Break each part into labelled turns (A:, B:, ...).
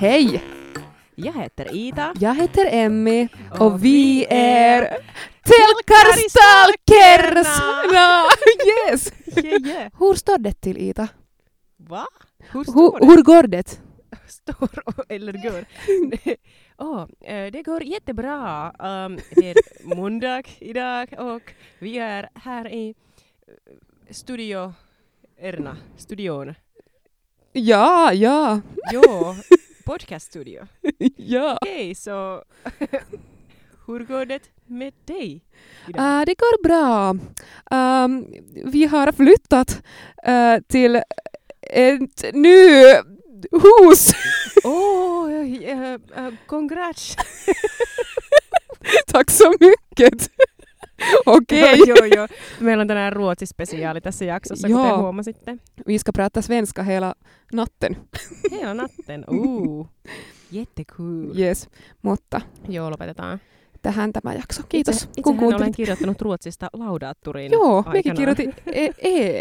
A: Hej!
B: Jag heter Ida.
A: Jag heter Emmy och vi är Telkarstalkers! Ja, Yes!
B: Yeah, yeah.
A: Hur står det till Ida?
B: Va? Hur
A: Hur,
B: står det?
A: hur går det?
B: Står och- eller går? Åh, eh, det går jättebra. Um, det är måndag idag och vi är här i eh, Studio Erna, studion.
A: Ja, ja,
B: Jo, podcaststudio.
A: ja.
B: Okej, så hur går det med dig? Ida?
A: Ah, det går bra. Ehm, vi har flyttat eh, till ett nytt hus.
B: Åh, eh, eh, congrats!
A: Tack så mycket. Okej,
B: joo, joo, joo. Meillä on tänään ruotsispesiaali tässä jaksossa, kuten
A: Joo.
B: huomasitte.
A: vi ska prata svenska hela natten.
B: Hela natten, uu. Jättekul.
A: Yes, mutta
B: Joo, lopetetaan.
A: tähän tämä jakso. Kiitos
B: Itse,
A: kun
B: itsehän olen
A: kuuntelit.
B: kirjoittanut ruotsista laudaattoriin
A: Joo,
B: Niin aikanaan.
A: mekin kirjoitin e-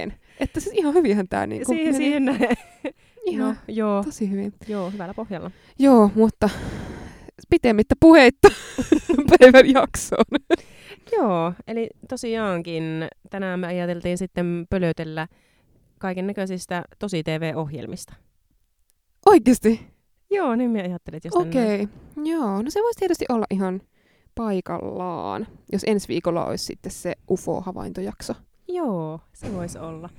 A: een. Että siis ihan hyvinhän tämä niinku
B: Siihen,
A: meni.
B: siihen näin.
A: Ihan
B: No, joo,
A: tosi hyvin.
B: joo, hyvällä pohjalla.
A: Joo, mutta pitemmittä puheitta päivän jaksoon.
B: Joo, eli tosiaankin tänään me ajateltiin sitten pölötellä kaiken näköisistä tosi TV-ohjelmista.
A: Oikeasti.
B: Joo, niin me ajattelin, että jos tänne-
A: Okei, joo. No se voisi tietysti olla ihan paikallaan, jos ensi viikolla olisi sitten se UFO-havaintojakso.
B: Joo, se voisi olla.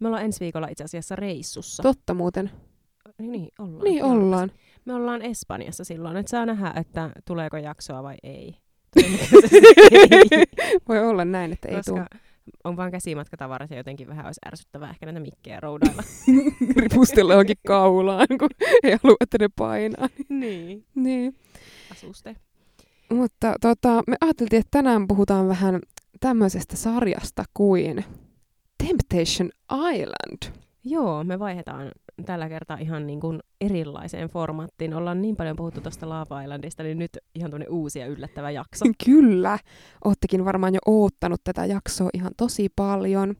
B: Me ollaan ensi viikolla itse asiassa reissussa.
A: Totta muuten.
B: niin, niin, ollaan.
A: Niin
B: Joo.
A: ollaan.
B: Me ollaan Espanjassa silloin, että saa nähdä, että tuleeko jaksoa vai ei. Todennäköisesti ei,
A: Voi olla näin, että ei tule
B: Koska on vaan käsimatkatavarat ja jotenkin vähän olisi ärsyttävää ehkä näitä mikkejä roudailla.
A: ripustella johonkin kaulaan, kun ei halua, että ne painaa.
B: niin.
A: Niin.
B: Asuste.
A: Mutta tota, me ajateltiin, että tänään puhutaan vähän tämmöisestä sarjasta kuin Temptation Island.
B: Joo, me vaihdetaan tällä kertaa ihan niin kuin erilaiseen formaattiin. Ollaan niin paljon puhuttu tuosta Lava Islandista, niin nyt ihan tuonne uusi ja yllättävä jakso.
A: Kyllä, oottekin varmaan jo oottanut tätä jaksoa ihan tosi paljon.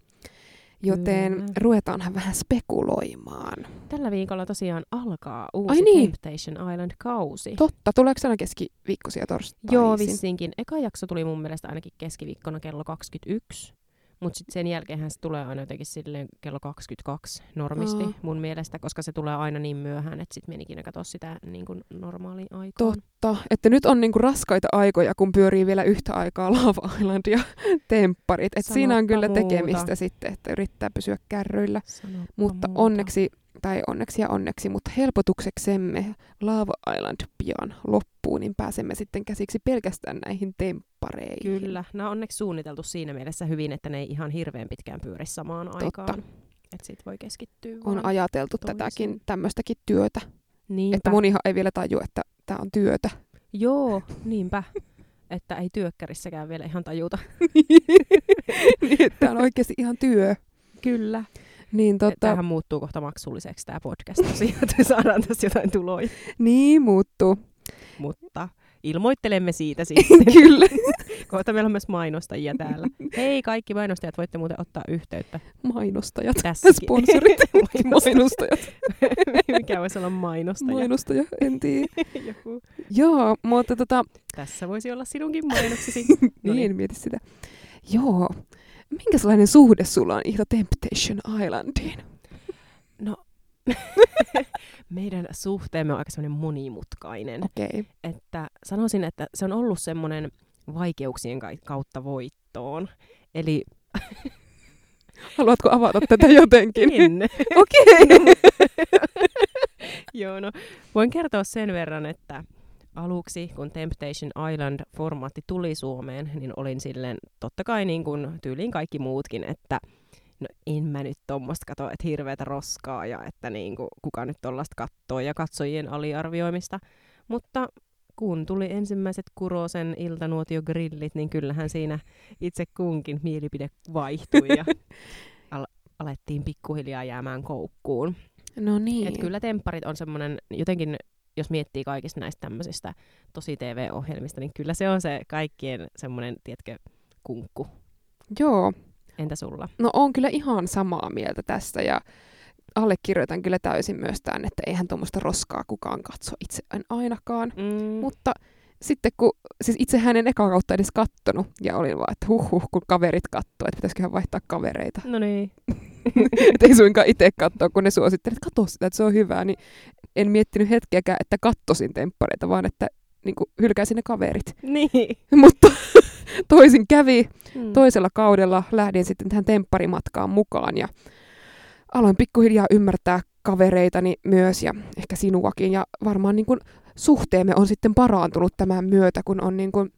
A: Joten
B: Kyllä.
A: ruvetaanhan vähän spekuloimaan.
B: Tällä viikolla tosiaan alkaa
A: Ai
B: uusi
A: niin.
B: Temptation Island-kausi.
A: Totta, tuleeko aina keskiviikkoisia torstaisin?
B: Joo, vissinkin. Eka jakso tuli mun mielestä ainakin keskiviikkona kello 21. Mutta sitten sen jälkeenhän se tulee aina jotenkin silleen kello 22 normisti
A: Aa.
B: mun mielestä, koska se tulee aina niin myöhään, että sitten menikin katsoa sitä niin kuin normaaliin aikaan.
A: Totta, että nyt on niinku raskaita aikoja, kun pyörii vielä yhtä aikaa Lava Island ja tempparit. Et siinä on
B: Sanoppa
A: kyllä
B: muuta.
A: tekemistä sitten, että yrittää pysyä kärryillä.
B: Sanoppa
A: Mutta
B: muuta.
A: onneksi, tai onneksi ja onneksi, mutta helpotukseksemme Lava Island pian loppuu, niin pääsemme sitten käsiksi pelkästään näihin temppareihin.
B: Kyllä. Nämä on onneksi suunniteltu siinä mielessä hyvin, että ne ei ihan hirveän pitkään pyöri samaan
A: Totta.
B: aikaan. Että sit voi keskittyä
A: On
B: vaan.
A: ajateltu
B: toiseen.
A: tätäkin, tämmöistäkin työtä.
B: Niinpä.
A: Että monihan ei vielä tajua, että tämä on työtä.
B: Joo, niinpä. että ei työkkärissäkään vielä ihan tajuta.
A: tämä on oikeasti ihan työ.
B: Kyllä.
A: Niin,
B: Totta.
A: tota,
B: Tämähän muuttuu kohta maksulliseksi tämä podcast, tosiaan, että saadaan tässä jotain tuloja.
A: niin muuttuu.
B: Mutta ilmoittelemme siitä sitten.
A: Kyllä.
B: Kohta meillä on myös mainostajia täällä. Hei kaikki mainostajat, voitte muuten ottaa yhteyttä
A: Mainostajat.
B: tässäkin.
A: Sponsorit.
B: Mainostajat.
A: Mainostajat.
B: Mikä voisi olla mainostaja?
A: Mainostaja, en tiedä.
B: Joku.
A: Joo, mutta tota,
B: Tässä voisi olla sinunkin mainoksesi. No
A: niin, mieti sitä. Joo. Minkälainen suhde sulla on Ihta Temptation Islandiin?
B: No, meidän suhteemme on aika semmoinen monimutkainen.
A: Okei. Okay.
B: että sanoisin, että se on ollut semmoinen vaikeuksien kai- kautta voittoon. Eli
A: Haluatko avata tätä jotenkin?
B: en.
A: Okei.
B: Joo, no, voin kertoa sen verran, että aluksi, kun Temptation Island-formaatti tuli Suomeen, niin olin silleen, totta kai niin kuin tyyliin kaikki muutkin, että no en mä nyt tommoista kato, että hirveätä roskaa ja että niin kuin, kuka nyt tollasta kattoo ja katsojien aliarvioimista. Mutta kun tuli ensimmäiset Kurosen iltanuotiogrillit, niin kyllähän siinä itse kunkin mielipide vaihtui ja al- alettiin pikkuhiljaa jäämään koukkuun.
A: No niin.
B: Et kyllä tempparit on semmoinen, jotenkin jos miettii kaikista näistä tämmöisistä tosi TV-ohjelmista, niin kyllä se on se kaikkien semmoinen, tietkö, kunkku.
A: Joo.
B: Entä sulla?
A: No on kyllä ihan samaa mieltä tästä ja allekirjoitan kyllä täysin myös tämän, että eihän tuommoista roskaa kukaan katso itse en ainakaan.
B: Mm.
A: Mutta sitten kun, siis itse hänen eka kautta edes kattonut, ja olin vaan, että huh huh, kun kaverit kattoo, että pitäisiköhän vaihtaa kavereita.
B: No niin.
A: että ei suinkaan itse katsoa, kun ne suosittelee, että katso sitä, että se on hyvää, niin en miettinyt hetkeäkään, että kattosin temppareita, vaan että niin kuin, hylkäisin ne kaverit.
B: niin.
A: Mutta toisin kävi,
B: Mm.
A: toisella kaudella lähdin sitten tähän tempparimatkaan mukaan ja aloin pikkuhiljaa ymmärtää kavereitani myös ja ehkä sinuakin ja varmaan niin kuin suhteemme on sitten parantunut tämän myötä, kun on niin kuin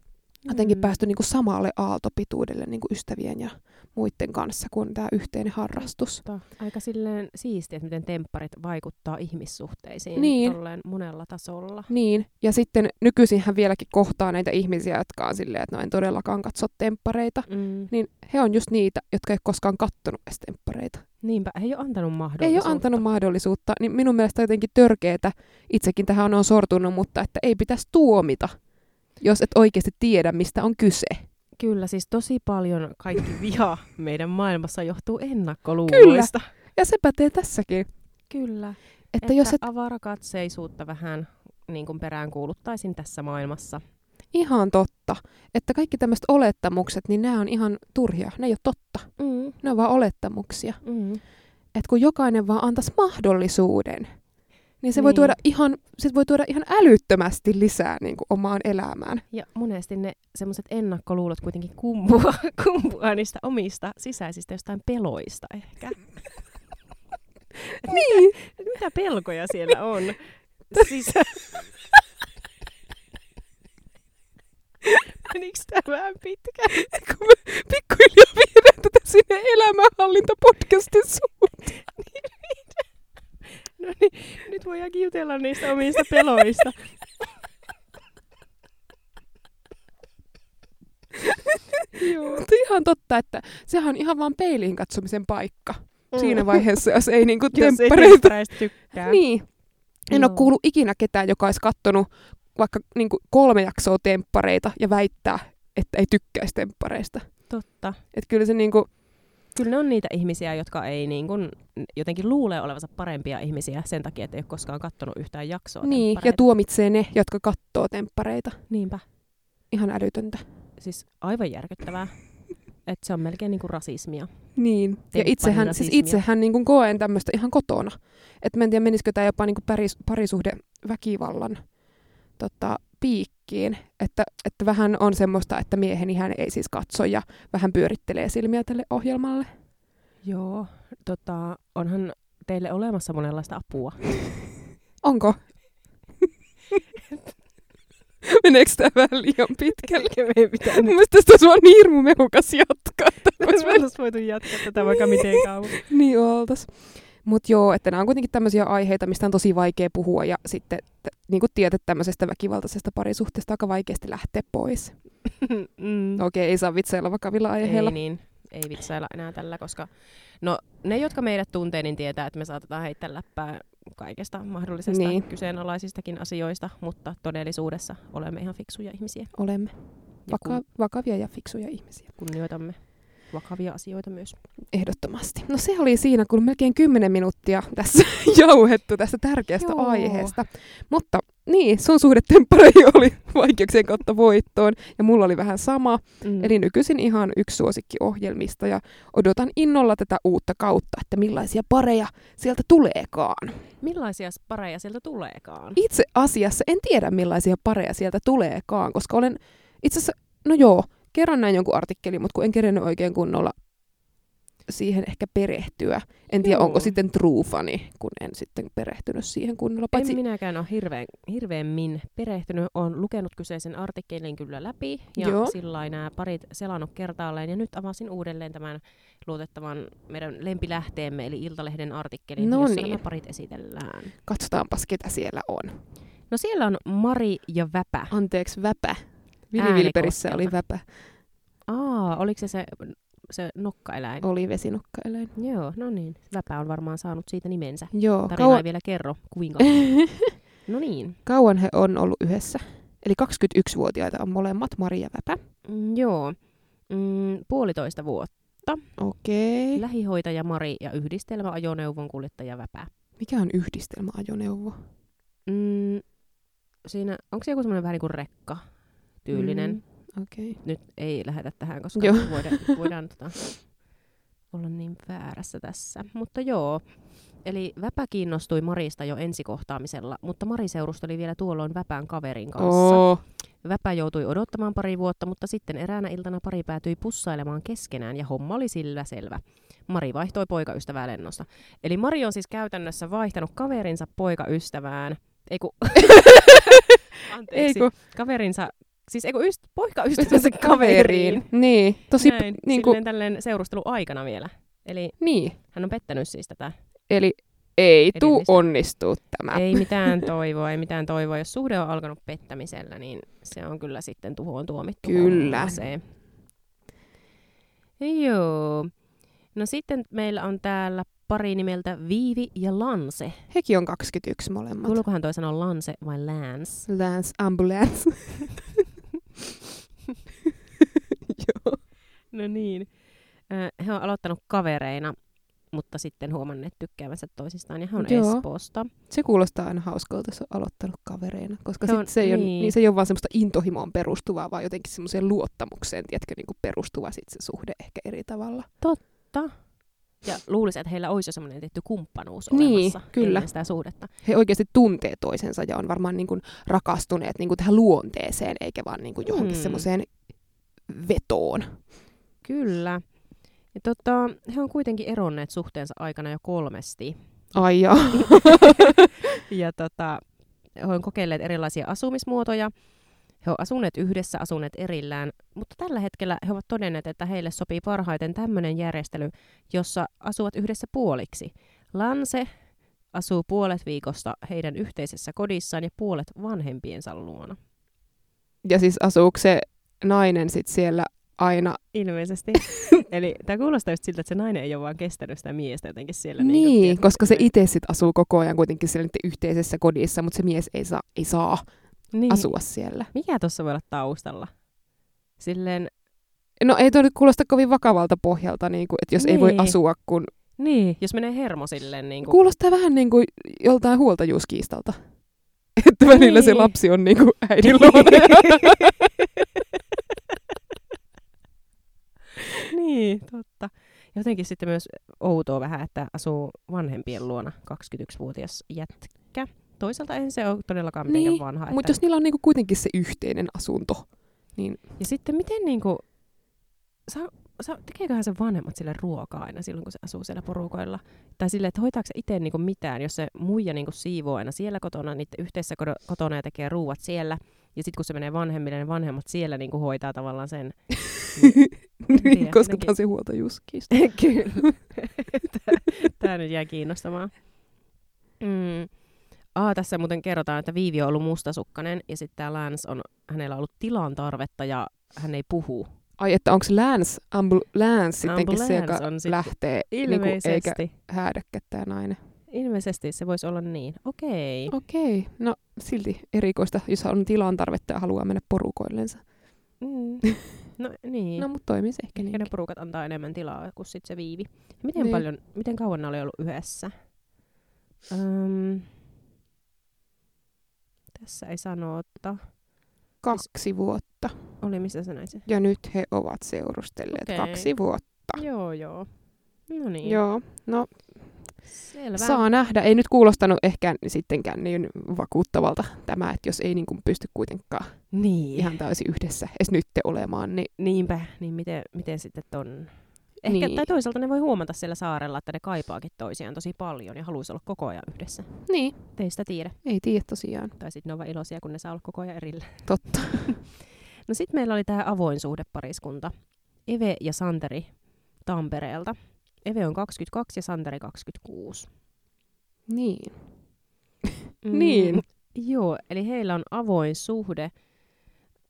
A: jotenkin
B: Mm.
A: päästy niin kuin samalle aaltopituudelle niin kuin ystävien ja muiden kanssa, kun on tämä yhteinen harrastus.
B: Totta. Aika silleen siistiä, että miten tempparit vaikuttaa ihmissuhteisiin
A: Niin.
B: tolleen monella tasolla.
A: Niin, ja sitten nykyisinhän vieläkin kohtaa näitä ihmisiä, jotka on silleen, että no en todellakaan katso temppareita,
B: Mm.
A: niin he on just niitä, jotka ei ole koskaan kattonut edes temppareita.
B: Niinpä, ei ole antanut
A: ei
B: mahdollisuutta.
A: ole antanut mahdollisuutta, niin minun mielestä on jotenkin törkeetä, itsekin tähän on sortunut, mutta että ei pitäisi tuomita, jos et oikeasti tiedä, mistä on kyse.
B: Kyllä, siis tosi paljon kaikki viha meidän maailmassa johtuu ennakkoluuloista. Kyllä.
A: Ja se pätee tässäkin, että,
B: Kyllä.
A: että jos et
B: avarakatseisuutta vähän niin kuin peräänkuuluttaisin tässä maailmassa.
A: ihan totta, että kaikki tämmöiset olettamukset, niin nämä on ihan turhia, ne ei ole totta,
B: Mm,
A: ne on vaan olettamuksia.
B: mm.
A: Että kun jokainen vaan antaisi mahdollisuuden, niin se voi
B: Niin.
A: tuoda ihan, sit voi tuoda ihan älyttömästi lisää niin kuin omaan elämään.
B: Ja monesti ne semmoiset ennakkoluulot kuitenkin kumpuaa, kumpuaa niistä omista sisäisistä jostain peloista ehkä.
A: Niin,
B: Et Mitä pelkoja siellä on? Sisä... Meniks tää vähän pitkä?
A: kun me pikkuhiljaa viedään tätä sinne elämänhallintapodcastin suuntaan.
B: No niin, nyt voidaan jutella niistä omista peloista.
A: Mutta ihan totta, että sehän on ihan vaan peiliin katsomisen paikka siinä vaiheessa, jos ei niinku
B: Mm. Jos ei
A: temppareita.
B: temppareista tykkää.
A: Niin. En ole
B: Joo.
A: kuullut ikinä ketään, joka olisi kattonut vaikka niinku kolme jaksoa temppareita ja väittää, että ei tykkäisi temppareista.
B: Totta.
A: Et kyllä se niinku,
B: Kyllä ne on niitä ihmisiä, jotka ei niin kuin, jotenkin luulee olevansa parempia ihmisiä sen takia, että ei ole koskaan katsonut yhtään jaksoa.
A: niin, ja
B: temppareita.
A: tuomitsee ne, jotka kattoo temppareita.
B: Niinpä.
A: Ihan älytöntä.
B: Siis aivan järkyttävää. Että se on melkein niin kuin rasismia.
A: Niin. Ja itsehän, siis
B: rasismia.
A: itsehän niin kuin koen tämmöistä ihan kotona. Että mä en tiedä, menisikö tämä jopa niin kuin paris, parisuhde väkivallan tota, piikkiin. Että, että vähän on semmoista, että mieheni hän ei siis katso ja vähän pyörittelee silmiä tälle ohjelmalle.
B: Joo, tota, onhan teille olemassa monenlaista apua.
A: Onko? Meneekö tämä vähän liian pitkälle?
B: meidän pitää
A: Mun mielestä tästä olisi vaan niin hirmu mehukas jatkaa.
B: Olisi
A: Olisi
B: me oltais voitu jatkaa tätä vaikka miten kauan.
A: Niin oltas. Mutta joo, että nämä on kuitenkin tämmöisiä aiheita, mistä on tosi vaikea puhua ja sitten t- niin kuin tiedät, tämmöisestä väkivaltaisesta parisuhteesta on aika vaikeasti lähteä pois.
B: mm.
A: No Okei, ei saa vitsailla vakavilla aiheilla.
B: Ei niin, ei vitsailla enää tällä, koska no, ne, jotka meidät tuntee, niin tietää, että me saatetaan heittää läppää kaikesta mahdollisesta
A: Niin.
B: niin. kyseenalaisistakin asioista, mutta todellisuudessa olemme ihan fiksuja ihmisiä
A: Olemme
B: ja kun,
A: Vaka- vakavia ja fiksuja ihmisiä.
B: kunnioitamme vakavia asioita myös.
A: Ehdottomasti. No se oli siinä, kun melkein 10 minuuttia tässä jauhettu tästä tärkeästä
B: Joo.
A: aiheesta. Mutta niin, sun suhde temppareihin oli vaikeuksien kautta voittoon ja mulla oli vähän sama.
B: Mm.
A: Eli nykyisin ihan yksi suosikkiohjelmista ja odotan innolla tätä uutta kautta, että millaisia pareja sieltä tuleekaan.
B: millaisia pareja sieltä tuleekaan?
A: Itse asiassa en tiedä millaisia pareja sieltä tuleekaan, koska olen itse asiassa, no joo, kerran näin jonkun artikkelin, mutta kun en kerennyt oikein kunnolla siihen ehkä perehtyä. En tiedä,
B: Joo.
A: onko sitten truufani, kun en sitten perehtynyt siihen kunnolla. Paitsi
B: En minäkään ole hirveän, hirveämmin perehtynyt. Olen lukenut kyseisen artikkelin kyllä läpi ja
A: Joo.
B: sillä nämä parit selannut kertaalleen. Ja nyt avasin uudelleen tämän luotettavan meidän lempilähteemme eli Iltalehden artikkelin,
A: No
B: jossa
A: niin.
B: nämä parit esitellään.
A: katsotaanpas, ketä siellä on.
B: No siellä on Mari ja Väpä.
A: Anteeksi, väpä. Vilivilperissä oli väpä.
B: Aa, oliko se se, se nokkaeläin?
A: Oli vesinokkaeläin.
B: Joo, no niin. Väpä on varmaan saanut siitä nimensä.
A: Joo,
B: Tarina
A: kauan,
B: ei vielä kerro, kuinka. No niin.
A: Kauan he on ollut yhdessä. Eli 21-vuotiaita on molemmat, Mari ja Väpä.
B: Mm, Joo. Mm, puolitoista vuotta. vuotta.
A: Okei. Okay.
B: Lähihoitaja Mari ja yhdistelmäajoneuvon kuljettaja Väpä.
A: Mikä on yhdistelmäajoneuvo?
B: Mm, siinä, onko se joku semmoinen vähän niin kuin rekka tyylinen? Mm.
A: Okei. Okay.
B: Nyt ei lähetä tähän, koska
A: Joo.
B: voidaan, voidaan tota, olla niin väärässä tässä. Mutta joo, eli Väpä kiinnostui Marista jo ensikohtaamisella, mutta Mari seurusteli vielä tuolloin Väpän kaverin kanssa.
A: Oh.
B: Väpä joutui odottamaan pari vuotta, mutta sitten eräänä iltana pari päätyi pussailemaan keskenään ja homma oli sillä selvä. Mari vaihtoi poikaystävää lennosta. Eli Mari on siis käytännössä vaihtanut kaverinsa poikaystävään. Ei ku... Anteeksi.
A: Ei kun-
B: Kaverinsa... Siis eikö yst...
A: Ystävänsä
B: poikaystävänsä
A: kaveriin.
B: kaveriin.
A: Niin, tosi
B: Näin,
A: niin
B: niin
A: kuin,
B: kuin... tälleen seurustelu aikana vielä. Eli
A: niin.
B: hän on pettänyt siis tätä.
A: Eli ei tuu
B: Edellistä.
A: onnistuu tämä.
B: Ei mitään toivoa, ei mitään toivoa. Jos suhde on alkanut pettämisellä, niin se on kyllä sitten tuhoon tuomittu.
A: Kyllä.
B: homma Se. Joo. No sitten meillä on täällä pari nimeltä Viivi ja Lanse.
A: Hekin on 21 molemmat.
B: Kuuluukohan toi sanoa Lanse vai Lance?
A: Lance Ambulance.
B: No niin. Ö, He on aloittanut kavereina, mutta sitten huomanneet tykkäävänsä toisistaan ja he on
A: Joo.
B: Espoosta.
A: Se kuulostaa aina hauskalta, jos on aloittanut kavereina, koska
B: Se
A: sit
B: on-
A: se, ei ole,
B: niin.
A: niin se ei ole vaan semmoista intohimoon perustuvaa, vaan jotenkin semmoiseen luottamukseen, tiedätkö, niin kuin perustuva sit se suhde ehkä eri tavalla.
B: Ja luulisin, että heillä olisi jo semmoinen tietty kumppanuus
A: Niin,
B: olemassa
A: kyllä.
B: ennen sitä suhdetta.
A: He oikeasti tuntee toisensa ja on varmaan niin kuin rakastuneet niin kuin tähän luonteeseen, eikä vaan niin kuin johonkin
B: Mm.
A: semmoiseen vetoon.
B: Kyllä. Ja tota, he on kuitenkin eronneet suhteensa aikana jo kolmesti.
A: Ai jaa.
B: Ja tota, he on kokeilleet erilaisia asumismuotoja. He on asuneet yhdessä, asuneet erillään, mutta tällä hetkellä he ovat todenneet, että heille sopii parhaiten tämmöinen järjestely, jossa asuvat yhdessä puoliksi. Lanse asuu puolet viikosta heidän yhteisessä kodissaan ja puolet vanhempiensa luona.
A: Ja siis asuuko se nainen sit siellä aina?
B: Ilmeisesti. Eli tämä kuulostaa just siltä, että se nainen ei ole vaan kestänyt sitä miestä jotenkin siellä.
A: Niin,
B: niinku,
A: niin
B: tiedätkö,
A: koska se itse sit asuu koko ajan kuitenkin siellä niiden yhteisessä kodissa, mutta se mies ei saa, ei saa
B: niin.
A: asua siellä.
B: Mikä tuossa voi olla taustalla? Silleen,
A: No ei toi nyt kuulosta kovin vakavalta pohjalta, niin kuin, että jos niin. ei voi
B: Niin.
A: asua, kun...
B: niin, jos menee hermo silleen niin kuin...
A: Kuulostaa vähän niin kuin joltain huoltajuuskiistalta. Että välillä niin. se
B: Niin.
A: lapsi on niin kuin äidin luona.
B: niin, totta. Jotenkin sitten myös outoa vähän, että asuu vanhempien luona 21-vuotias jätkä. Toisaalta ei se ole todellakaan mitenkään
A: Niin,
B: vanha.
A: Mutta
B: että...
A: jos niillä on niin kuin kuitenkin se yhteinen asunto.
B: Ja sitten miten niinku... Sa, sa, tekeeköhän se vanhemmat sille ruokaa aina silloin, kun se asuu siellä porukoilla? Tai sille, että hoitaako se itse niinku mitään, jos se muija niinku siivoo aina siellä kotona, niiden yhteisessä kodo- kotona ja tekee ruuat siellä. Ja sitten kun se menee vanhemmille, niin vanhemmat siellä niinku hoitaa tavallaan sen.
A: niin,
B: tiedä,
A: koska
B: jotenkin.
A: tämä on se huoltajuuskiista.
B: Kyllä. Tämä nyt jää kiinnostamaan. Mm. Aa, tässä muuten kerrotaan, että Viivi on ollut mustasukkainen ja sitten tämä Lance on, hänellä on ollut tilan tarvetta ja hän ei puhu.
A: Ai, että onko Lance, ambul- Lance sittenkin se, joka
B: Ambulance on sit-
A: lähtee,
B: niinku
A: niin kuin,
B: Ilmeisesti.
A: eikä häädäkkä tämä nainen.
B: Ilmeisesti se voisi olla niin. Okei. Okay.
A: Okei, no silti erikoista, jos on tilan tarvetta ja haluaa mennä porukoillensa.
B: Mm. No niin.
A: No,
B: No,
A: mutta toimii se ehkä
B: ja ne
A: niin.
B: porukat antaa enemmän tilaa kuin sit se viivi. Ja miten,
A: Niin.
B: niin. paljon, miten kauan ne oli ollut yhdessä? Öm, tässä ei sanota.
A: Kaksi vuotta.
B: Oli missä sä näit sen?
A: Ja nyt he ovat seurustelleet
B: Okei.
A: kaksi vuotta.
B: Ah. Joo, joo. No niin.
A: Joo, no
B: Selvä.
A: saa nähdä. Ei nyt kuulostanut ehkä sittenkään niin vakuuttavalta tämä, että jos ei niin kuin pysty kuitenkaan
B: Niin.
A: ihan täysin yhdessä edes nyt olemaan, niin
B: Niinpä. Niin miten, miten sitten ton... Ehkä,
A: Niin.
B: Tai toisaalta ne voi huomata siellä saarella, että ne kaipaakin toisiaan tosi paljon ja haluaisi olla koko ajan yhdessä.
A: niin,
B: Teistä tiedä.
A: ei tiedä tosiaan.
B: Tai sitten ne on vaan iloisia, kun ne saa olla koko ajan erillä.
A: Totta.
B: No sitten meillä oli tämä avoin suhdepariskunta. Eve ja Santeri Tampereelta. Eve on 22 ja Santeri 26.
A: Niin. Niin.
B: Mm. Joo, eli heillä on avoin suhde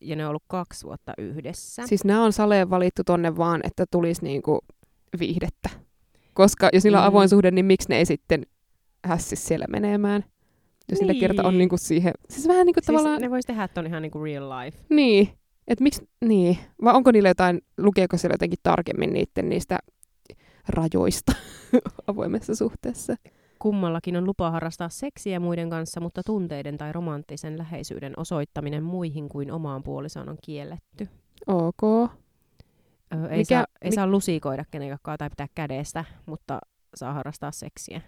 B: ja ne on ollut kaksi vuotta yhdessä.
A: Siis nämä on saleen valittu tonne vaan, että tulisi niinku viihdettä. Koska jos niillä on
B: Mm.
A: avoin suhde, niin miksi ne ei sitten hässis siellä menemään? Jos niillä kerta on
B: Niin.
A: niinku siihen... Siis vähän niinku
B: siis
A: tavallaan...
B: ne voisi tehdä ton ihan niinku real life.
A: Niin. Et miksi, niin, vai onko niillä jotain, lukeeko siellä jotenkin tarkemmin niiden niistä rajoista avoimessa suhteessa?
B: Kummallakin on lupa harrastaa seksiä muiden kanssa, mutta tunteiden tai romanttisen läheisyyden osoittaminen muihin kuin omaan puolisoon on kielletty.
A: Ok.
B: Ö, ei,
A: Mikä-
B: Mikä, saa, ei
A: mi-
B: saa lusikoida kenenkään tai pitää kädestä, mutta saa harrastaa seksiä.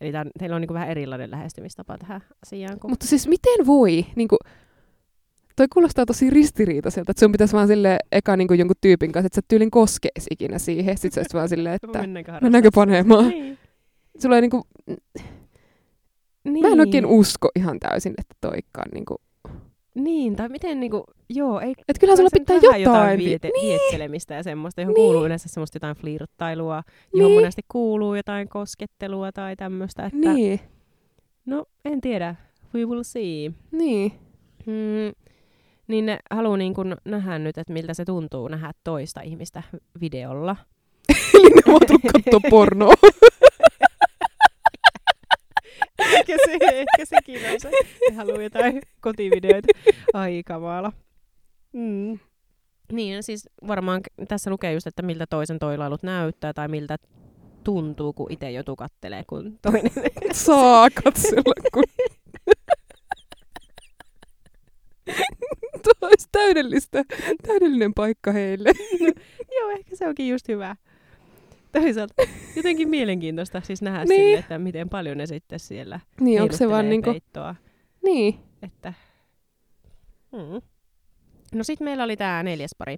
B: Eli tää, on- teillä on niinku vähän erilainen lähestymistapa tähän asiaan. Kun...
A: Mutta siis miten voi? Niin kuin, toi kuulostaa tosi ristiriitaiselta, että sun pitäisi vaan sille eka niin kuin jonkun tyypin kanssa, että sä et tyylin koskeisi ikinä siihen. Sitten sä olisit vaan silleen, että
B: Mennäänkö
A: mennäänkö panemaan.
B: Niin.
A: Sulla ei niin kuin,
B: Niin.
A: mä en oikein usko ihan täysin, että toikkaan. Niin kuin.
B: Niin, tai miten niinku, joo, ei
A: Että kyllähän sulla
B: se
A: pitää
B: nyt vähän
A: jotain.
B: jotain
A: vi-
B: viete, niin. viettelemistä ja semmoista, johon
A: Niin.
B: niin. kuuluu yleensä semmoista jotain flirttailua, johon
A: Niin.
B: monesti kuuluu jotain koskettelua tai tämmöistä. Että, niin.
A: Niin,
B: No, en tiedä. We will see.
A: niin.
B: Mm, niin ne haluaa niin kun nähdä nyt, että miltä se tuntuu nähdä toista ihmistä videolla.
A: Eli ne on tullut katsoa pornoa.
B: Ehkä, se, ehkä sekin on se. Ne haluaa jotain kotivideoita. Ai kamala. Mm. Niin, siis varmaan k- tässä lukee just, että miltä toisen toilailut näyttää tai miltä tuntuu, kun itse joutuu kattelee, kun toinen...
A: Saa katsella, kun... Tuo olisi täydellistä, täydellinen paikka heille.
B: Joo, ehkä se onkin just hyvä. Toisaalta jotenkin mielenkiintoista siis nähdä
A: Niin.
B: niin. sille, että miten paljon ne sitten siellä
A: Niin, onko se vaan
B: heiluttelee
A: niinku...
B: peittoa.
A: Niin.
B: Että... Mm. No sitten meillä oli tämä neljäs pari.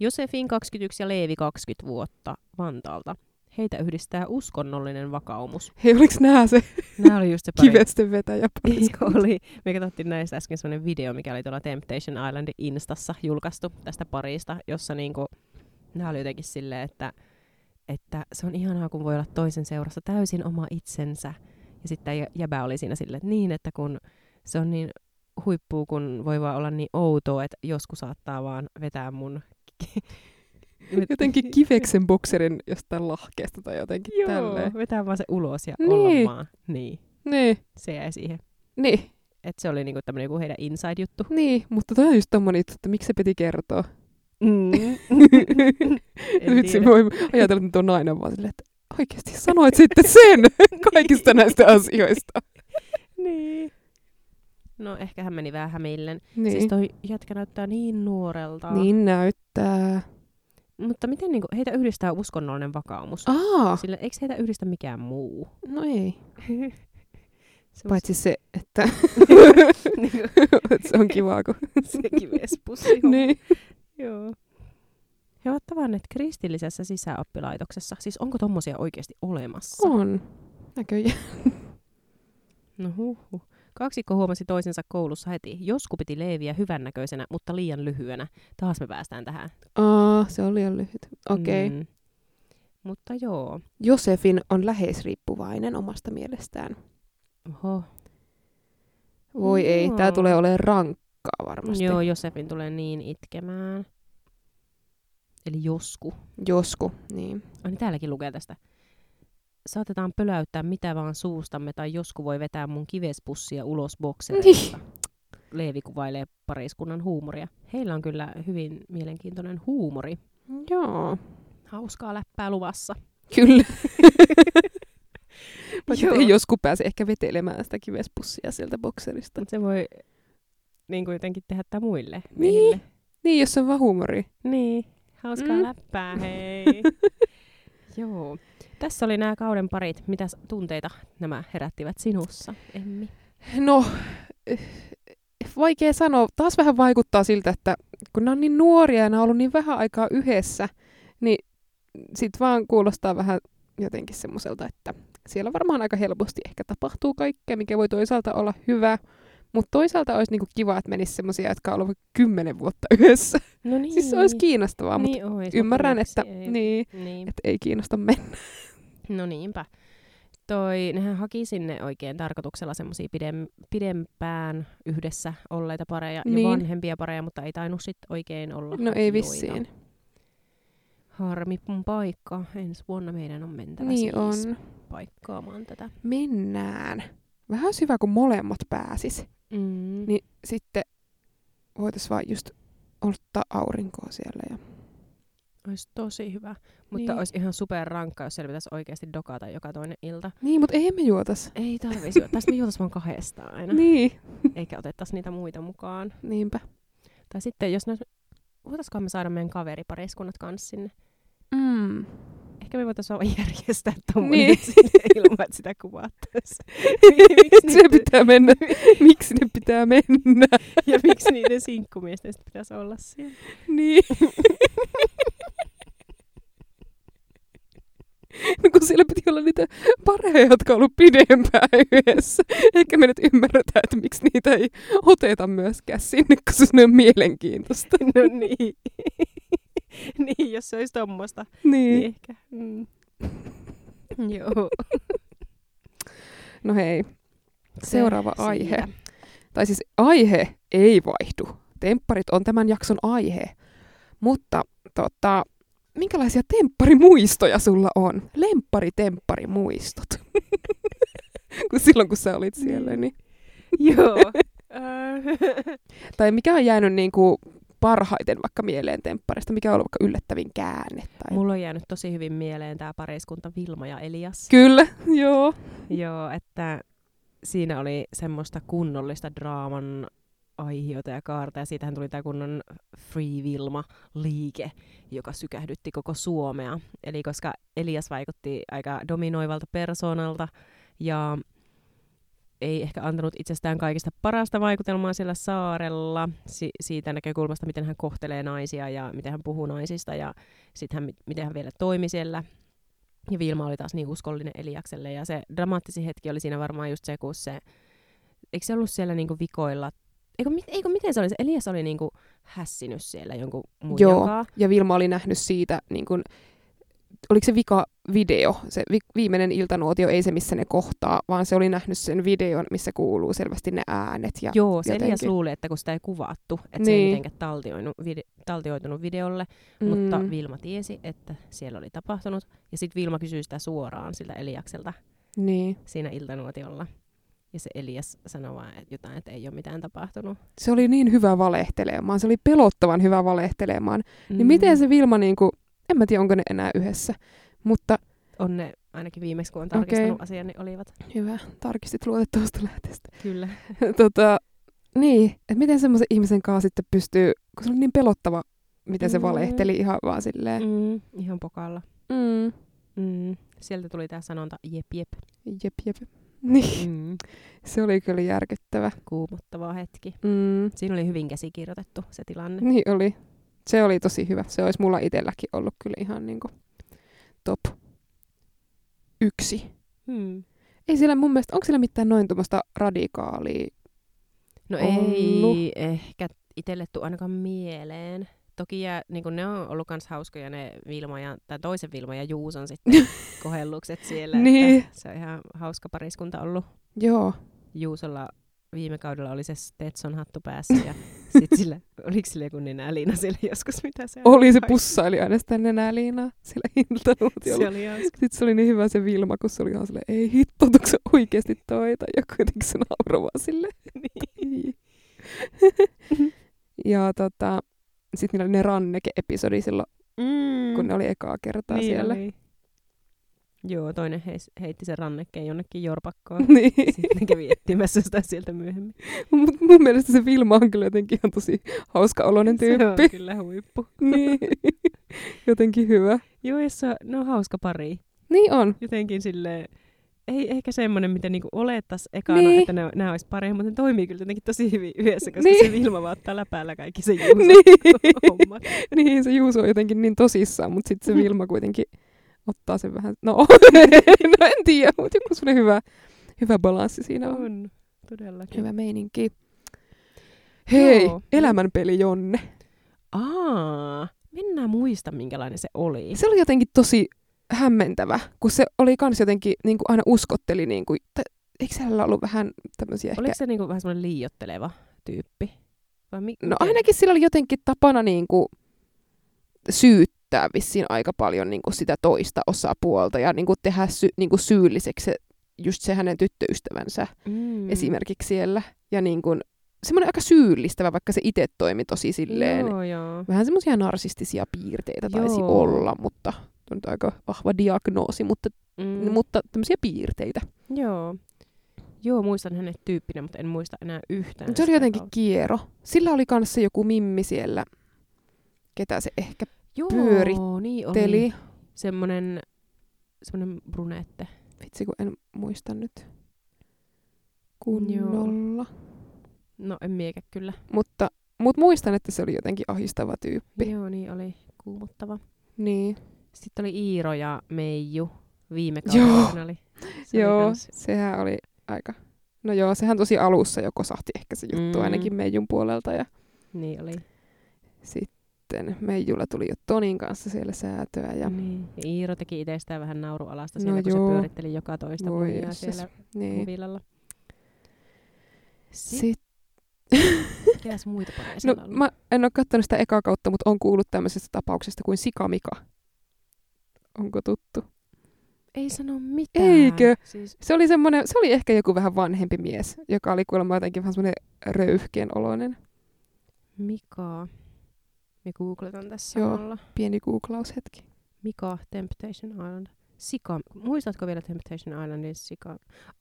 B: Josefin 21 ja Leevi 20 vuotta Vantaalta. Heitä yhdistää uskonnollinen vakaumus.
A: Hei, oliko nää se
B: Nämä oli just se pari.
A: kivesten vetäjä?
B: oli. Me katsottiin näistä äsken sellainen video, mikä oli tuolla Temptation Islandin Instassa julkaistu tästä parista, jossa niinku, nämä oli jotenkin silleen, että, että se on ihanaa, kun voi olla toisen seurassa täysin oma itsensä. Ja sitten tää jäbä oli siinä silleen, että niin, että kun se on niin huippuu, kun voi vaan olla niin outoa, että joskus saattaa vaan vetää mun...
A: Jotenkin kiveksen bokserin jostain lahkeesta tai jotenkin
B: Joo,
A: tälleen.
B: vetää vaan se ulos ja
A: Niin.
B: olla vaan. Niin,
A: Niin,
B: se jäi siihen.
A: niin,
B: Että se oli niinku tämmöinen joku heidän inside-juttu.
A: niin. Mutta toi on just tommonen juttu, että miksi se piti kertoa.
B: Mm. en
A: Nyt se
B: tiedä.
A: voi ajatella, että nyt on nainen vaan silleen, että oikeasti sanoit sitten sen kaikista näistä asioista.
B: Niin. No ehkä hän meni vähän hämillen.
A: Niin,
B: Niin. Siis toi jätkä näyttää niin nuorelta.
A: niin näyttää.
B: Mutta miten niinku, heitä yhdistää uskonnollinen vakaumus?
A: Aa,
B: Sillä eikö heitä yhdistä mikään muu?
A: no ei.
B: Se
A: Paitsi se, että
B: niinku,
A: että se on kivaa, kun...
B: sekin vespussi.
A: niin.
B: Joo. He ovat tavanneet kristillisessä sisäoppilaitoksessa. Siis onko tommosia oikeasti olemassa?
A: On. Näköjään.
B: No huhu. Kaksikko huomasi toisensa koulussa heti. Josku piti leiviä hyvännäköisenä, mutta liian lyhyenä. Taas me päästään tähän.
A: Aa, se oli jo lyhyt. Okei.
B: Mm. Mutta joo.
A: Josefin on läheisriippuvainen omasta mielestään.
B: Oho.
A: Voi Joo. ei, tämä
B: Joo.
A: tulee olemaan rankkaa varmasti.
B: Joo,
A: Joo.
B: Josefin tulee niin itkemään. Eli josku.
A: Josku, niin.
B: Ai niin täälläkin lukee tästä. Saatetaan pöläyttää mitä vaan suustamme tai josku voi vetää mun kivespussia ulos
A: Niin.
B: boksereista. Leevi kuvailee pariskunnan huumoria. Heillä on kyllä hyvin mielenkiintoinen huumori.
A: Joo,
B: Hauskaa läppää luvassa.
A: kyllä. Paitsi että
B: Joo.
A: ei joskus pääse ehkä vetelemään sitä kivespussia sieltä bokserista.
B: Mutta se voi niin kuin jotenkin tehdä tämä muille
A: Niin.
B: miehille.
A: Niin, jos se on vaan huumori.
B: Niin, hauskaa
A: Mm.
B: mm. läppää, hei. Joo. Tässä oli nämä kauden parit. Mitä tunteita nämä herättivät sinussa, Emmi?
A: No, eh, vaikea sanoa. Taas vähän vaikuttaa siltä, että kun nämä on niin nuoria ja nämä on ollut niin vähän aikaa yhdessä, niin sit vaan kuulostaa vähän jotenkin semmoiselta, että siellä varmaan aika helposti ehkä tapahtuu kaikkea, mikä voi toisaalta olla hyvä, mutta toisaalta olisi niinku kiva, että menisi semmoisia, jotka on ollut kymmenen vuotta yhdessä.
B: No niin.
A: Niin. Siis se olisi kiinnostavaa, niin,
B: niin ois,
A: mutta ymmärrän,
B: miksi
A: että
B: ei.
A: ei. Niin,
B: niin.
A: että ei kiinnosta mennä.
B: No niinpä. Toi, nehän haki sinne oikein tarkoituksella semmoisia pidem, pidempään yhdessä olleita pareja
A: Niin.
B: ja vanhempia pareja, mutta ei tainnut sit oikein olla.
A: No ei
B: joina.
A: vissiin.
B: Harmi mun paikka. Ensi vuonna meidän on mentävä
A: Niin
B: siis
A: on.
B: paikkaamaan tätä.
A: Mennään. Vähän olisi hyvä, kun molemmat pääsis.
B: Mm.
A: Niin sitten voitaisiin vaan just ottaa aurinkoa siellä. Ja...
B: Olisi tosi hyvä. Mutta
A: Niin.
B: niin. olisi ihan superrankka, jos siellä pitäisi oikeasti dokata joka toinen ilta.
A: Niin, mutta ei me juotas.
B: Ei tarvitsisi juoda. Tässä me juotaisiin vaan kahdestaan aina.
A: Niin.
B: Eikä otettaisi niitä muita mukaan.
A: Niinpä.
B: Tai sitten, jos ne... Voitaisikohan me saada meidän kaveripariskunnat kanssa sinne?
A: Mm.
B: Ehkä me voitaisiin vaan järjestää tuommoinen
A: Niin.
B: niin. sinne ilman, että sitä kuvattaisiin.
A: Miksi ne pitää mennä? Miksi ne pitää mennä?
B: Ja miksi niiden sinkkumiesten sit pitäisi olla siellä?
A: Niin. No kun siellä piti olla niitä pareja, jotka on ollut pidempään yhdessä. Ehkä me nyt ymmärretään, että miksi niitä ei oteta myöskään sinne, koska se on mielenkiintoista.
B: No niin. niin, jos se olisi tommosta, niin
A: Niin.
B: ehkä. Mm. Joo.
A: No hei, seuraava
B: Se
A: aihe.
B: siitä.
A: Tai siis aihe ei vaihdu. Tempparit on tämän jakson aihe. Mutta tota, minkälaisia tempparimuistoja sulla on? Lemppari-tempparimuistot. kun silloin, kun sä olit siellä.
B: Niin.
A: Niin.
B: Joo. Äh,
A: Tai mikä on jäänyt niin kuin parhaiten vaikka mieleen tempparista? Mikä on ollut vaikka yllättävin käänne? Tai...
B: Mulla on jäänyt tosi hyvin mieleen tämä pariskunta Vilma ja Elias.
A: Kyllä, joo.
B: Joo, että siinä oli semmoista kunnollista draaman aihiota ja kaarta, ja siitähän tuli tämä kunnon Free Vilma-liike, joka sykähdytti koko Suomea. Eli koska Elias vaikutti aika dominoivalta persoonalta, ja ei ehkä antanut itsestään kaikista parasta vaikutelmaa siellä saarella si- siitä näkökulmasta, miten hän kohtelee naisia ja miten hän puhuu naisista ja sitten hän, miten hän vielä toimi siellä ja Vilma oli taas niin uskollinen Eliakselle. Ja se dramaattisin hetki oli siinä varmaan just se, kun se... Eikö se ollut siellä niinku vikoilla? Eikö, mit- eikö miten se oli? Se Elias oli niinku hässinyt siellä jonkun
A: Joo.
B: muijan kaa.
A: Ja Vilma oli nähnyt siitä, niin kun, oliko se vika video, se vi- viimeinen iltanuotio, ei se missä ne kohtaa, vaan se oli nähnyt sen videon, missä kuuluu selvästi ne äänet. Ja,
B: Joo, se Elias
A: jotenkin.
B: luuli, että kun sitä ei kuvattu, että se ei
A: Niin.
B: mitenkään taltioinut vide- taltioitunut videolle, mm. mutta Vilma tiesi, että siellä oli tapahtunut. Ja sitten Vilma kysyi sitä suoraan siltä Eliakselta
A: Niin.
B: siinä iltanuotiolla. Ja se Elias sanoi vaan että jotain, että ei ole mitään tapahtunut.
A: Se oli niin hyvä valehtelemaan, se oli pelottavan hyvä valehtelemaan. Mm. Niin
B: Mm.
A: miten se Vilma, niin kun, en mä tiedä onko ne enää yhdessä, mutta
B: Mm. On ne, ainakin viimeksi kun on
A: Okei.
B: tarkistanut asian, niin olivat.
A: hyvä, tarkistit luotettavasta lähteestä.
B: Kyllä.
A: tota, niin, että miten semmoisen ihmisen kanssa sitten pystyy, kun se oli niin pelottava, miten se
B: Mm.
A: valehteli ihan vaan silleen.
B: Mm, ihan pokalla.
A: Mm.
B: Mm. Sieltä tuli tämä sanonta jep jep.
A: Jep, jep. Niin,
B: Mm.
A: se oli kyllä järkyttävä.
B: Kuumottava hetki.
A: Mm.
B: Siinä oli hyvin käsikirjoitettu se tilanne.
A: Niin oli. Se oli tosi hyvä. Se olisi mulla itselläkin ollut kyllä ihan niinku top yksi.
B: Mm.
A: Ei siellä mun mielestä, onko siellä mitään noin tuommoista radikaalia?
B: No
A: Ollut.
B: ei ehkä itselle tuu ainakaan mieleen. Toki jää, niin kun ne on ollut kans hauskoja ne Vilma ja, tai toisen Vilma ja Juuson sitten kohellukset siellä.
A: Niin.
B: Että se on ihan hauska pariskunta ollut.
A: Joo.
B: Juusolla viime kaudella oli se Stetson hattu päässä ja sitten sillä, oliko sillä joku nenäliina sillä joskus, mitä se
A: Oli se
B: Ai-
A: pussaili aina sitä nenää liinaa sillä iltanuutiolla.
B: Se oli hauska.
A: Sitten se oli niin hyvä se Vilma, kun se oli ihan silleen, ei hitto, onko se oikeasti toi? Tai joku jotenkin se nauroi vaan sille. Niin. ja tota, sitten niillä oli ne ranneke-episodi silloin,
B: Mm.
A: kun ne oli ekaa kertaa siellä.
B: Niin Oli. Joo, toinen heis, heitti sen rannekkeen jonnekin jorpakkoon.
A: Niin.
B: Sitten ne kävi etsimässä sitä sieltä myöhemmin.
A: Mut mun mielestä se Vilma on kyllä jotenkin ihan tosi hauska oloinen
B: Se
A: tyyppi.
B: on kyllä huippu.
A: Niin. jotenkin hyvä.
B: Joo, ja se on, ne on hauska pari.
A: Niin on.
B: Jotenkin silleen, ei ehkä semmoinen, mitä niinku olettaisiin ekana, niin.
A: Niin.
B: että ne, nämä olisi pareja, mutta ne toimii kyllä jotenkin tosi hyvin yhdessä, koska
A: Niin.
B: niin. se Vilma vaan ottaa läpäällä kaikki se juuso
A: Niin.
B: homma.
A: niin, se Juuso on jotenkin niin tosissaan, mutta sitten se Vilma kuitenkin ottaa sen vähän... No, no en tiedä, mutta joku semmoinen hyvä, hyvä balanssi siinä on.
B: On, todellakin.
A: Hyvä meininki. Hei,
B: Joo.
A: elämänpeli Jonne.
B: Aa, mennään muista, minkälainen se oli.
A: Se oli jotenkin tosi hämmentävä, kun se oli kans jotenkin niin kuin aina uskotteli, niin kuin, tai, eikö siellä ollut vähän tämmöisiä ehkä...
B: Oliko se niinku vähän semmoinen liiotteleva tyyppi? Vai mi-
A: No
B: miten?
A: ainakin sillä oli jotenkin tapana niin kuin, syyttää vissiin aika paljon niin kuin sitä toista osapuolta ja niin kuin tehdä sy- niin kuin syylliseksi se, just se hänen tyttöystävänsä
B: mm.
A: esimerkiksi siellä. Ja niin kuin, semmoinen aika syyllistävä, vaikka se itse toimi tosi silleen.
B: Joo, joo.
A: Vähän semmoisia narsistisia piirteitä taisi
B: Joo.
A: olla, mutta tuo on nyt aika vahva diagnoosi, mutta,
B: Mm.
A: mm. mutta tämmöisiä piirteitä.
B: Joo. Joo, muistan hänet tyyppinä, mutta en muista enää yhtään.
A: Mut se oli
B: sitä
A: jotenkin
B: kautta.
A: kiero. Sillä oli kanssa joku mimmi siellä, ketä se ehkä
B: Joo,
A: pyöritteli.
B: niin oli.
A: teli.
B: Semmonen, semmonen brunette.
A: Vitsi, kun en muista nyt kunnolla. Joo.
B: No en miekä kyllä.
A: Mutta mut muistan, että se oli jotenkin ahistava tyyppi. Joo.
B: Joo, niin oli kuumottava.
A: Niin.
B: Sitten oli Iiro ja Meiju viime
A: Joo.
B: kaudella. kun Oli. Se oli
A: joo,
B: kans-
A: sehän oli aika... No joo, sehän tosi alussa jo kosahti ehkä se juttu
B: Mm.
A: mm. ainakin Meijun puolelta. Ja
B: Niin oli.
A: sitten Meijulla tuli jo Tonin kanssa siellä säätöä. Ja
B: Niin. Ja Iiro teki itsestään vähän naurualasta
A: No
B: siellä, kun
A: joo.
B: se pyöritteli joka toista
A: Voi
B: muijaa
A: jesses.
B: siellä
A: niin.
B: huvilalla. Sitten
A: Sitten,
B: ketäs muita pareja
A: no,
B: siellä oli?
A: mä en ole katsonut sitä ekaa kautta, mutta on kuullut tämmöisestä tapauksesta kuin Sikamika. Onko tuttu?
B: Ei sano mitään.
A: Eikö?
B: Siis,
A: Se oli, semmoinen, se oli ehkä joku vähän vanhempi mies, joka oli kuulemma jotenkin vähän semmoinen röyhkeen oloinen.
B: Mika. Me googletan tässä
A: Joo.
B: samalla.
A: Pieni googlaushetki.
B: Mika, Temptation Island. Sika. Muistatko vielä Temptation Islandin sika?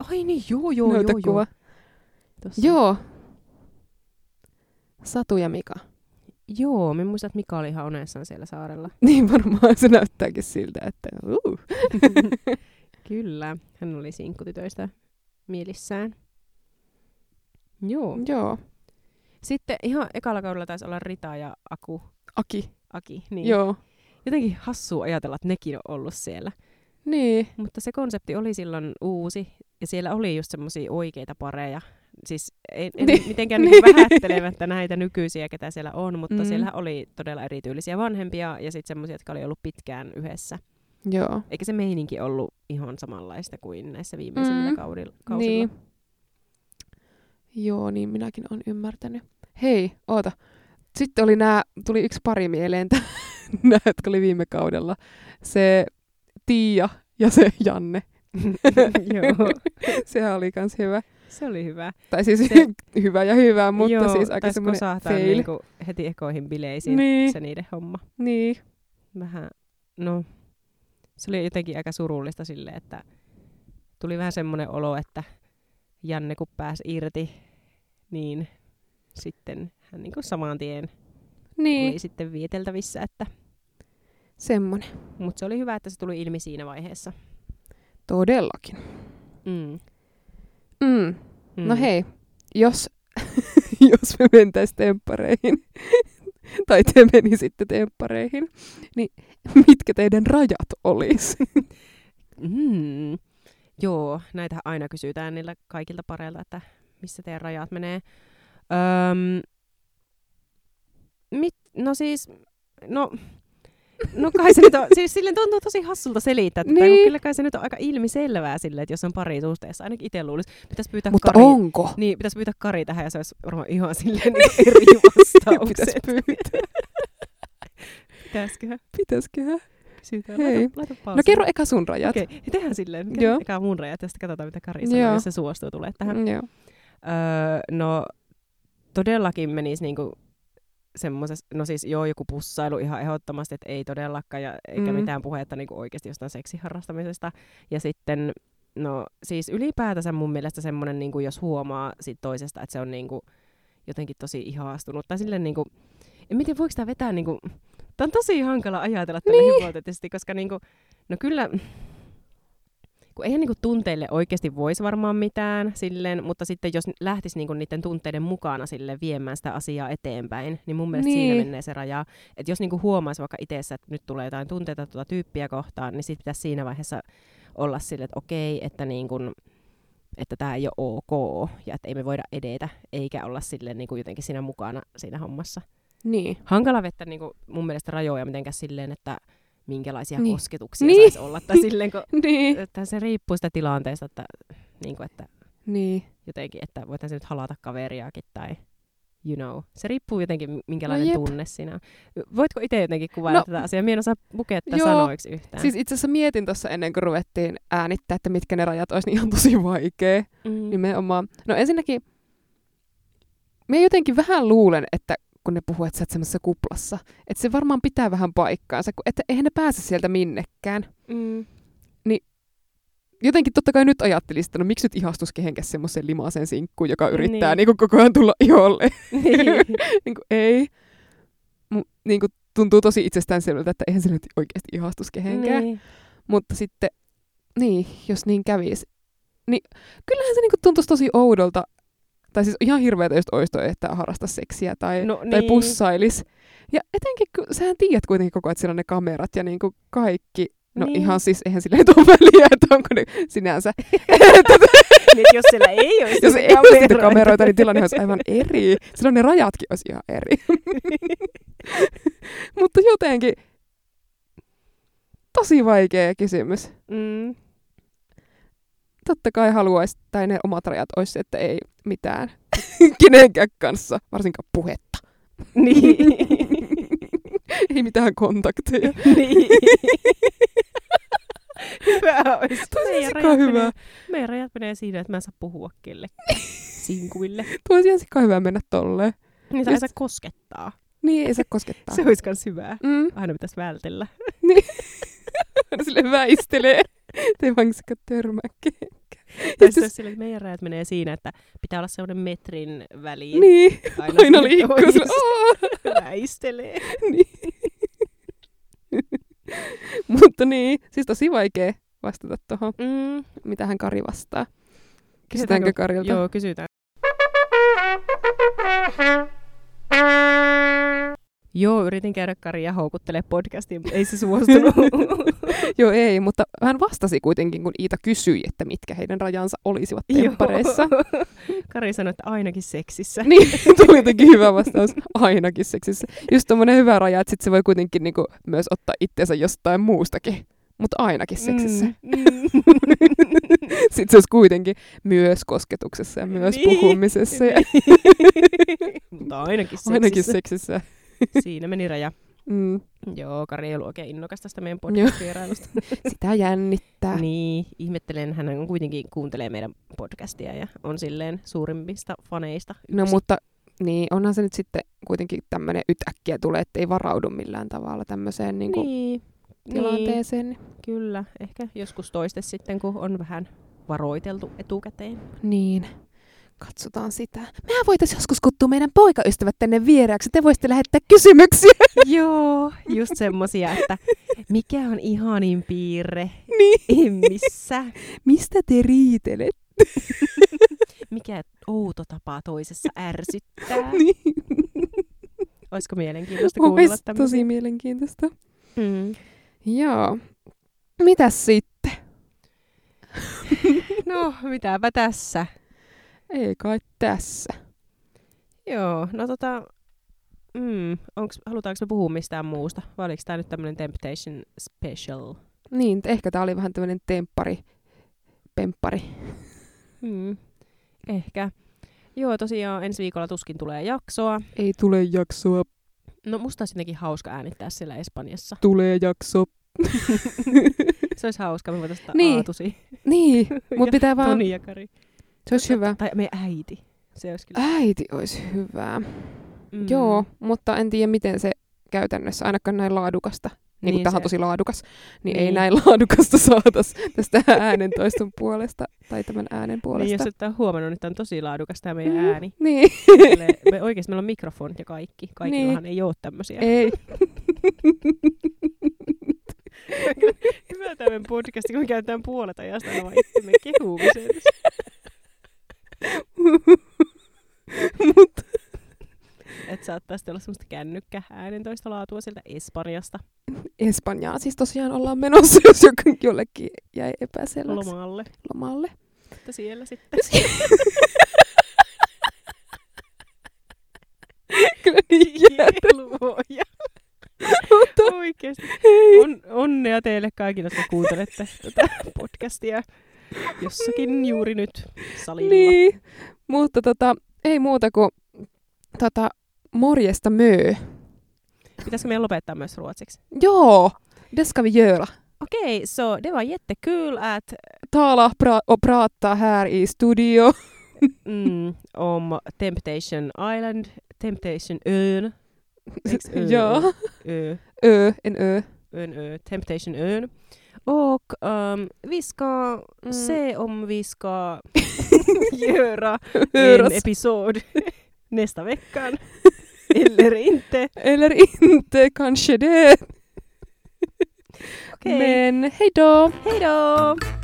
B: Ai niin, joo, joo,
A: Näytä
B: joo, joo.
A: kuva.
B: Tossa.
A: Joo. Satu ja Mika.
B: Joo, me muistan, että Mika oli ihan unessaan siellä saarella.
A: Niin varmaan se näyttääkin siltä, että uh.
B: Kyllä, hän oli sinkkutytöistä mielissään.
A: Mm.
B: Joo.
A: Joo.
B: Sitten ihan ekalla kaudella taisi olla Rita ja Aku,
A: Aki.
B: Aki. Niin.
A: Niin. Joo.
B: Jotenkin hassua ajatella, että nekin on ollut siellä.
A: Niin.
B: Mutta se konsepti oli silloin uusi, ja siellä oli just semmoisia oikeita pareja. Siis en, en
A: Niin,
B: mitenkään niin.
A: niin.
B: vähättelemättä näitä nykyisiä, ketä siellä on, mutta mm.
A: Mm.
B: siellä oli todella erityylisiä vanhempia ja sitten semmoisia, jotka oli ollut pitkään yhdessä.
A: Joo.
B: Eikä se meininki ollut ihan samanlaista kuin näissä viimeisillä mm.
A: Mm.
B: kaudilla. kausilla.
A: Niin. Joo, niin minäkin olen ymmärtänyt. Hei, oota. Sitten oli nää, tuli yksi pari mieleen, tä- nää, jotka oli viime kaudella. Se Tiia ja se Janne. Niin.
B: Joo,
A: Sehän oli kans hyvä.
B: se oli hyvä.
A: Tai siis
B: Se-
A: hyvä ja hyvä, mutta
B: Joo,
A: siis aika
B: taisi
A: semmoinen
B: kosahtaa
A: fail.
B: Niinku heti ekoihin bileisiin
A: Niin.
B: se niiden homma.
A: Niin.
B: vähän, no se oli jotenkin aika surullista sille, että tuli vähän semmoinen olo, että Janne kun pääsi irti, niin sitten hän niin kuin saman tien
A: Niin,
B: oli sitten vieteltävissä, että,
A: semmonen.
B: mutta se oli hyvä, että se tuli ilmi siinä vaiheessa.
A: Todellakin.
B: Mm.
A: Mm.
B: Mm.
A: No hei, jos, jos me mentäis temppareihin, tai te menisitte temppareihin, niin mitkä teidän rajat olis?
B: Mm. Joo, näitä aina kysytään niillä kaikilta pareilta, että missä teidän rajat menee. Öm, mit, no siis, no, no kai se nyt on, siis silleen tuntuu tosi hassulta selittää tätä, niin. kun
A: Niin.
B: kyllä kai se nyt on aika ilmiselvää silleen, että jos on parisuhteessa, ainakin itse luulisi, pitäisi pyytää
A: Mutta
B: Kari.
A: onko?
B: Niin, pitäisi pyytää Kari tähän ja se olisi varmaan ihan silleen niin eri vastaukset.
A: Pitäis pyytää.
B: Pitäisikö?
A: Pitäisiköhän?
B: Kysytään.
A: Hei.
B: Laita, laita
A: No
B: pausille.
A: kerro eka sun rajat.
B: Okei, okay. tehdään silleen.
A: Joo.
B: Mikä mun rajat ja sitten katsotaan, mitä Kari sanoo,
A: Joo.
B: jos se suostuu tulee tähän.
A: Mm, Joo.
B: Öö, no, todellakin menisi niinku semmoisessa, no siis joo, joku pussailu ihan ehdottomasti, että ei todellakaan, ja eikä mm.
A: Mm.
B: mitään puhetta niinku oikeasti jostain seksiharrastamisesta. Ja sitten, no siis ylipäätänsä mun mielestä semmoinen, niinku, jos huomaa sit toisesta, että se on niinku jotenkin tosi ihastunut, tai silleen niinku, en miten voiko tämä vetää niinku, Tämä on tosi hankala ajatella tällä niin. hypoteettisesti, koska niinku, no kyllä, kun eihän niinku tunteille oikeasti voisi varmaan mitään silleen, mutta sitten jos lähtisi niinku niiden tunteiden mukana sille viemään sitä asiaa eteenpäin, niin mun mielestä niin. siinä
A: Niin.
B: menee se raja. Että jos niinku huomaisi vaikka itsessä, että nyt tulee jotain tunteita tuota tyyppiä kohtaan, niin sitten pitäisi siinä vaiheessa olla silleen, että okei, että niinku, että tämä ei ole ok ja että ei me voida edetä, eikä olla silleen niinku jotenkin siinä mukana siinä hommassa
A: Niin.
B: hankala vettä niin mun mielestä rajoja mitenkään silleen, että minkälaisia niin.
A: Niin.
B: kosketuksia niin.
A: Niin.
B: saisi olla. Tai silleen, kun,
A: Niin.
B: että se riippuu sitä tilanteesta, että, niin kuin, että
A: Niin.
B: jotenkin, että voitaisiin se nyt halata kaveriaakin tai you know. Se riippuu jotenkin, minkälainen
A: jep.
B: no tunne sinä on. Voitko itse jotenkin kuvailla no,
A: No,
B: tätä asiaa? Mie en osaa pukea tätä
A: joo.
B: sanoiksi yhtään.
A: Siis itse asiassa mietin tuossa ennen kuin ruvettiin äänittää, että mitkä ne rajat olisi, niin ihan tosi vaikea.
B: mm.
A: Nimenomaan. No ensinnäkin Mä jotenkin vähän luulen, että kun ne puhuu, että sä oot semmoisessa kuplassa, että se varmaan pitää vähän paikkaansa, kun, että eihän ne pääse sieltä minnekään.
B: Mm.
A: Jotenkin totta kai nyt ajattelin sitä, no miksi nyt ihastus kehenkään semmoiseen limaaseen sinkkuun, joka yrittää
B: Niin.
A: niin. Niin koko ajan tulla iholle. niin kuin, ei. Mu- niin kuin, tuntuu tosi itsestäänselvältä, että eihän se nyt oikeasti ihastus kehenkään.
B: niin.
A: Mutta sitten, niin, jos niin kävisi, niin kyllähän se niinku tuntuisi tosi oudolta. Tai siis ihan hirveätä, jos oisto, että harrasta seksiä tai,
B: No,
A: tai
B: niin.
A: pussailis. Ja etenkin, kun sähän tiedät kuitenkin koko ajan, että siellä on ne kamerat ja niinku kaikki. No
B: Niin.
A: ihan siis, eihän sille ole väliä, että onko ne sinänsä.
B: Niin, jos siellä ei olisi
A: jos ei olisi niitä kameroita, niin tilanne olisi aivan eri. Silloin ne rajatkin olisi ihan eri. Mutta jotenkin tosi vaikea kysymys.
B: Mm.
A: totta kai haluaisi, tai ne omat rajat olisi, että ei mitään kenenkään kanssa, varsinkaan puhetta.
B: Niin.
A: ei mitään kontakteja.
B: niin. hyvä olisi.
A: Tosi
B: Meidän
A: sika
B: rajat
A: hyvä.
B: menee- Meidän rajat menee siinä, että mä en saa puhua kellekään. Sinkuille.
A: Tuo olisi ihan sika hyvä mennä tolleen.
B: Niin saa,
A: Just-
B: saa koskettaa.
A: Niin, ei se koskettaa.
B: Se olisi kans hyvää.
A: Mm.
B: Aina pitäisi vältellä.
A: Sille väistelee. Te vaan sika törmää kehenkään.
B: Tai
A: Just-
B: sitten sille, että meidän rajat menee siinä, että pitää olla sellainen metrin väliin.
A: Niin,
B: Aina,
A: aina
B: sinne
A: liikkuu.
B: toisesta
A: sille, "Aa!"
B: Väistelee.
A: Niin. Mutta niin, siis tosi vaikea vastata tuohon,
B: Mm.
A: mitä hän Kari vastaa.
B: Kysytäänkö-
A: Kysytäänkö Karilta?
B: Joo, kysytään. Joo, yritin käydä Karia houkuttelemaan podcastiin, mutta ei se suostunut.
A: Joo, ei, mutta hän vastasi kuitenkin, kun Iita kysyi, että mitkä heidän rajansa olisivat
B: Joo.
A: temppareissa.
B: Kari sanoi, että ainakin seksissä.
A: niin, tuli jotenkin hyvä vastaus. Ainakin seksissä. Just tommonen hyvä raja, että sit se voi kuitenkin niinku myös ottaa itsensä jostain muustakin. Mutta ainakin seksissä. Mm. Sitten se olisi kuitenkin myös kosketuksessa ja myös
B: Niin.
A: niin. puhumisessa. Ja
B: Mutta ainakin seksissä.
A: ainakin seksissä.
B: Siinä meni raja.
A: Mm.
B: Joo, Kari ei ollut oikein innokas tästä meidän
A: Joo.
B: podcast-vierailusta.
A: Sitä jännittää.
B: niin, ihmettelen, hän kuitenkin kuuntelee meidän podcastia ja on silleen suurimmista faneista.
A: No
B: yksi.
A: mutta niin, onhan se nyt sitten kuitenkin tämmöinen ytäkkiä tulee, että ei varaudu millään tavalla tämmöiseen niinku
B: niin,
A: niin.
B: niin,
A: tilanteeseen. Niin.
B: kyllä. Ehkä joskus toiste sitten, kun on vähän varoiteltu etukäteen.
A: Niin. Katsotaan sitä. Mehän voitaisiin joskus kutsua meidän poikaystävät tänne vieraaksi. Te voisitte lähettää kysymyksiä.
B: Joo, just semmosia, että mikä on ihanin piirre
A: Niin.
B: missä?
A: Mistä te riitelet?
B: Mikä outo tapa toisessa ärsyttää?
A: Niin.
B: Olisiko mielenkiintoista
A: Olisi
B: kuunnella
A: tosi
B: tämmöisiä?
A: mielenkiintoista.
B: Mm.
A: Joo. Mitäs sitten?
B: No, mitäpä tässä.
A: Ei kai tässä.
B: Joo, no tota... Mm, onks, halutaanko me puhua mistään muusta? Vai oliko tämä nyt tämmöinen Temptation Special?
A: Niin, t- ehkä tää oli vähän tämmönen temppari. Pemppari.
B: Mm, ehkä. Joo, tosiaan ensi viikolla tuskin tulee jaksoa.
A: Ei tule jaksoa,
B: No musta olisi jotenkin hauska äänittää siellä Espanjassa.
A: tulee jakso.
B: Se olisi hauska, me voitaisiin ottaa
A: Niin.
B: Aatusi,
A: Niin, mut pitää vaan...
B: Toni ja Kari.
A: Se olisi hyvä.
B: Tai meidän äiti. Se olisi kyllä.
A: Äiti olisi hyvää.
B: Mm.
A: Joo, mutta en tiedä miten se käytännössä, ainakaan näin laadukasta, niin, niin
B: Niin
A: kuin tähän on
B: se-
A: tosi laadukas, niin, niin ei
B: Niin.
A: näin laadukasta saatas tästä äänentoiston puolesta tai tämän äänen
B: Niin,
A: puolesta.
B: jos et ole huomannut, niin tämä on tosi laadukas tämä meidän
A: Mm,
B: ääni.
A: Niin,
B: Silleen, Me, oikeasti meillä on mikrofonit ja kaikki. Kaikillahan ei ole tämmöisiä.
A: ei.
B: Hyvä tämän podcast, kun me käytetään puolet ajasta aina vaan itsemme kehumiseen.
A: Mut,
B: Että saattaa sitten olla semmoista kännykkä äänentoista laatua sieltä Espanjasta
A: Espanjaan siis tosiaan ollaan menossa, jos jok- jollekin jäi epäselväksi
B: lomalle.
A: lomalle.
B: Että siellä sitten.
A: Kyllä niin jää.
B: Luoja. Oikeasti. On, onnea teille kaikille, jotka kuuntelette tätä podcastia jossakin juuri nyt salilla.
A: Niin, mutta tota, ei muuta kuin tota, morjesta möö.
B: Pitäisikö meidän lopettaa myös ruotsiksi?
A: Joo, deska vi göra.
B: Okej, okay, så det var jättekul att...
A: tala pra- och prata här i studio.
B: mm, om Temptation Island, Temptation Ön. Eiks Siis Ö?
A: Joo.
B: Ö,
A: Ö, en ö.
B: ön ö, Temptation Ön. Och um, vi ska se om vi ska göra en
A: Höras.
B: episod nästa veckan. Eller inte.
A: Eller inte, kanske det.
B: Okej,
A: Men hej då!
B: hej då!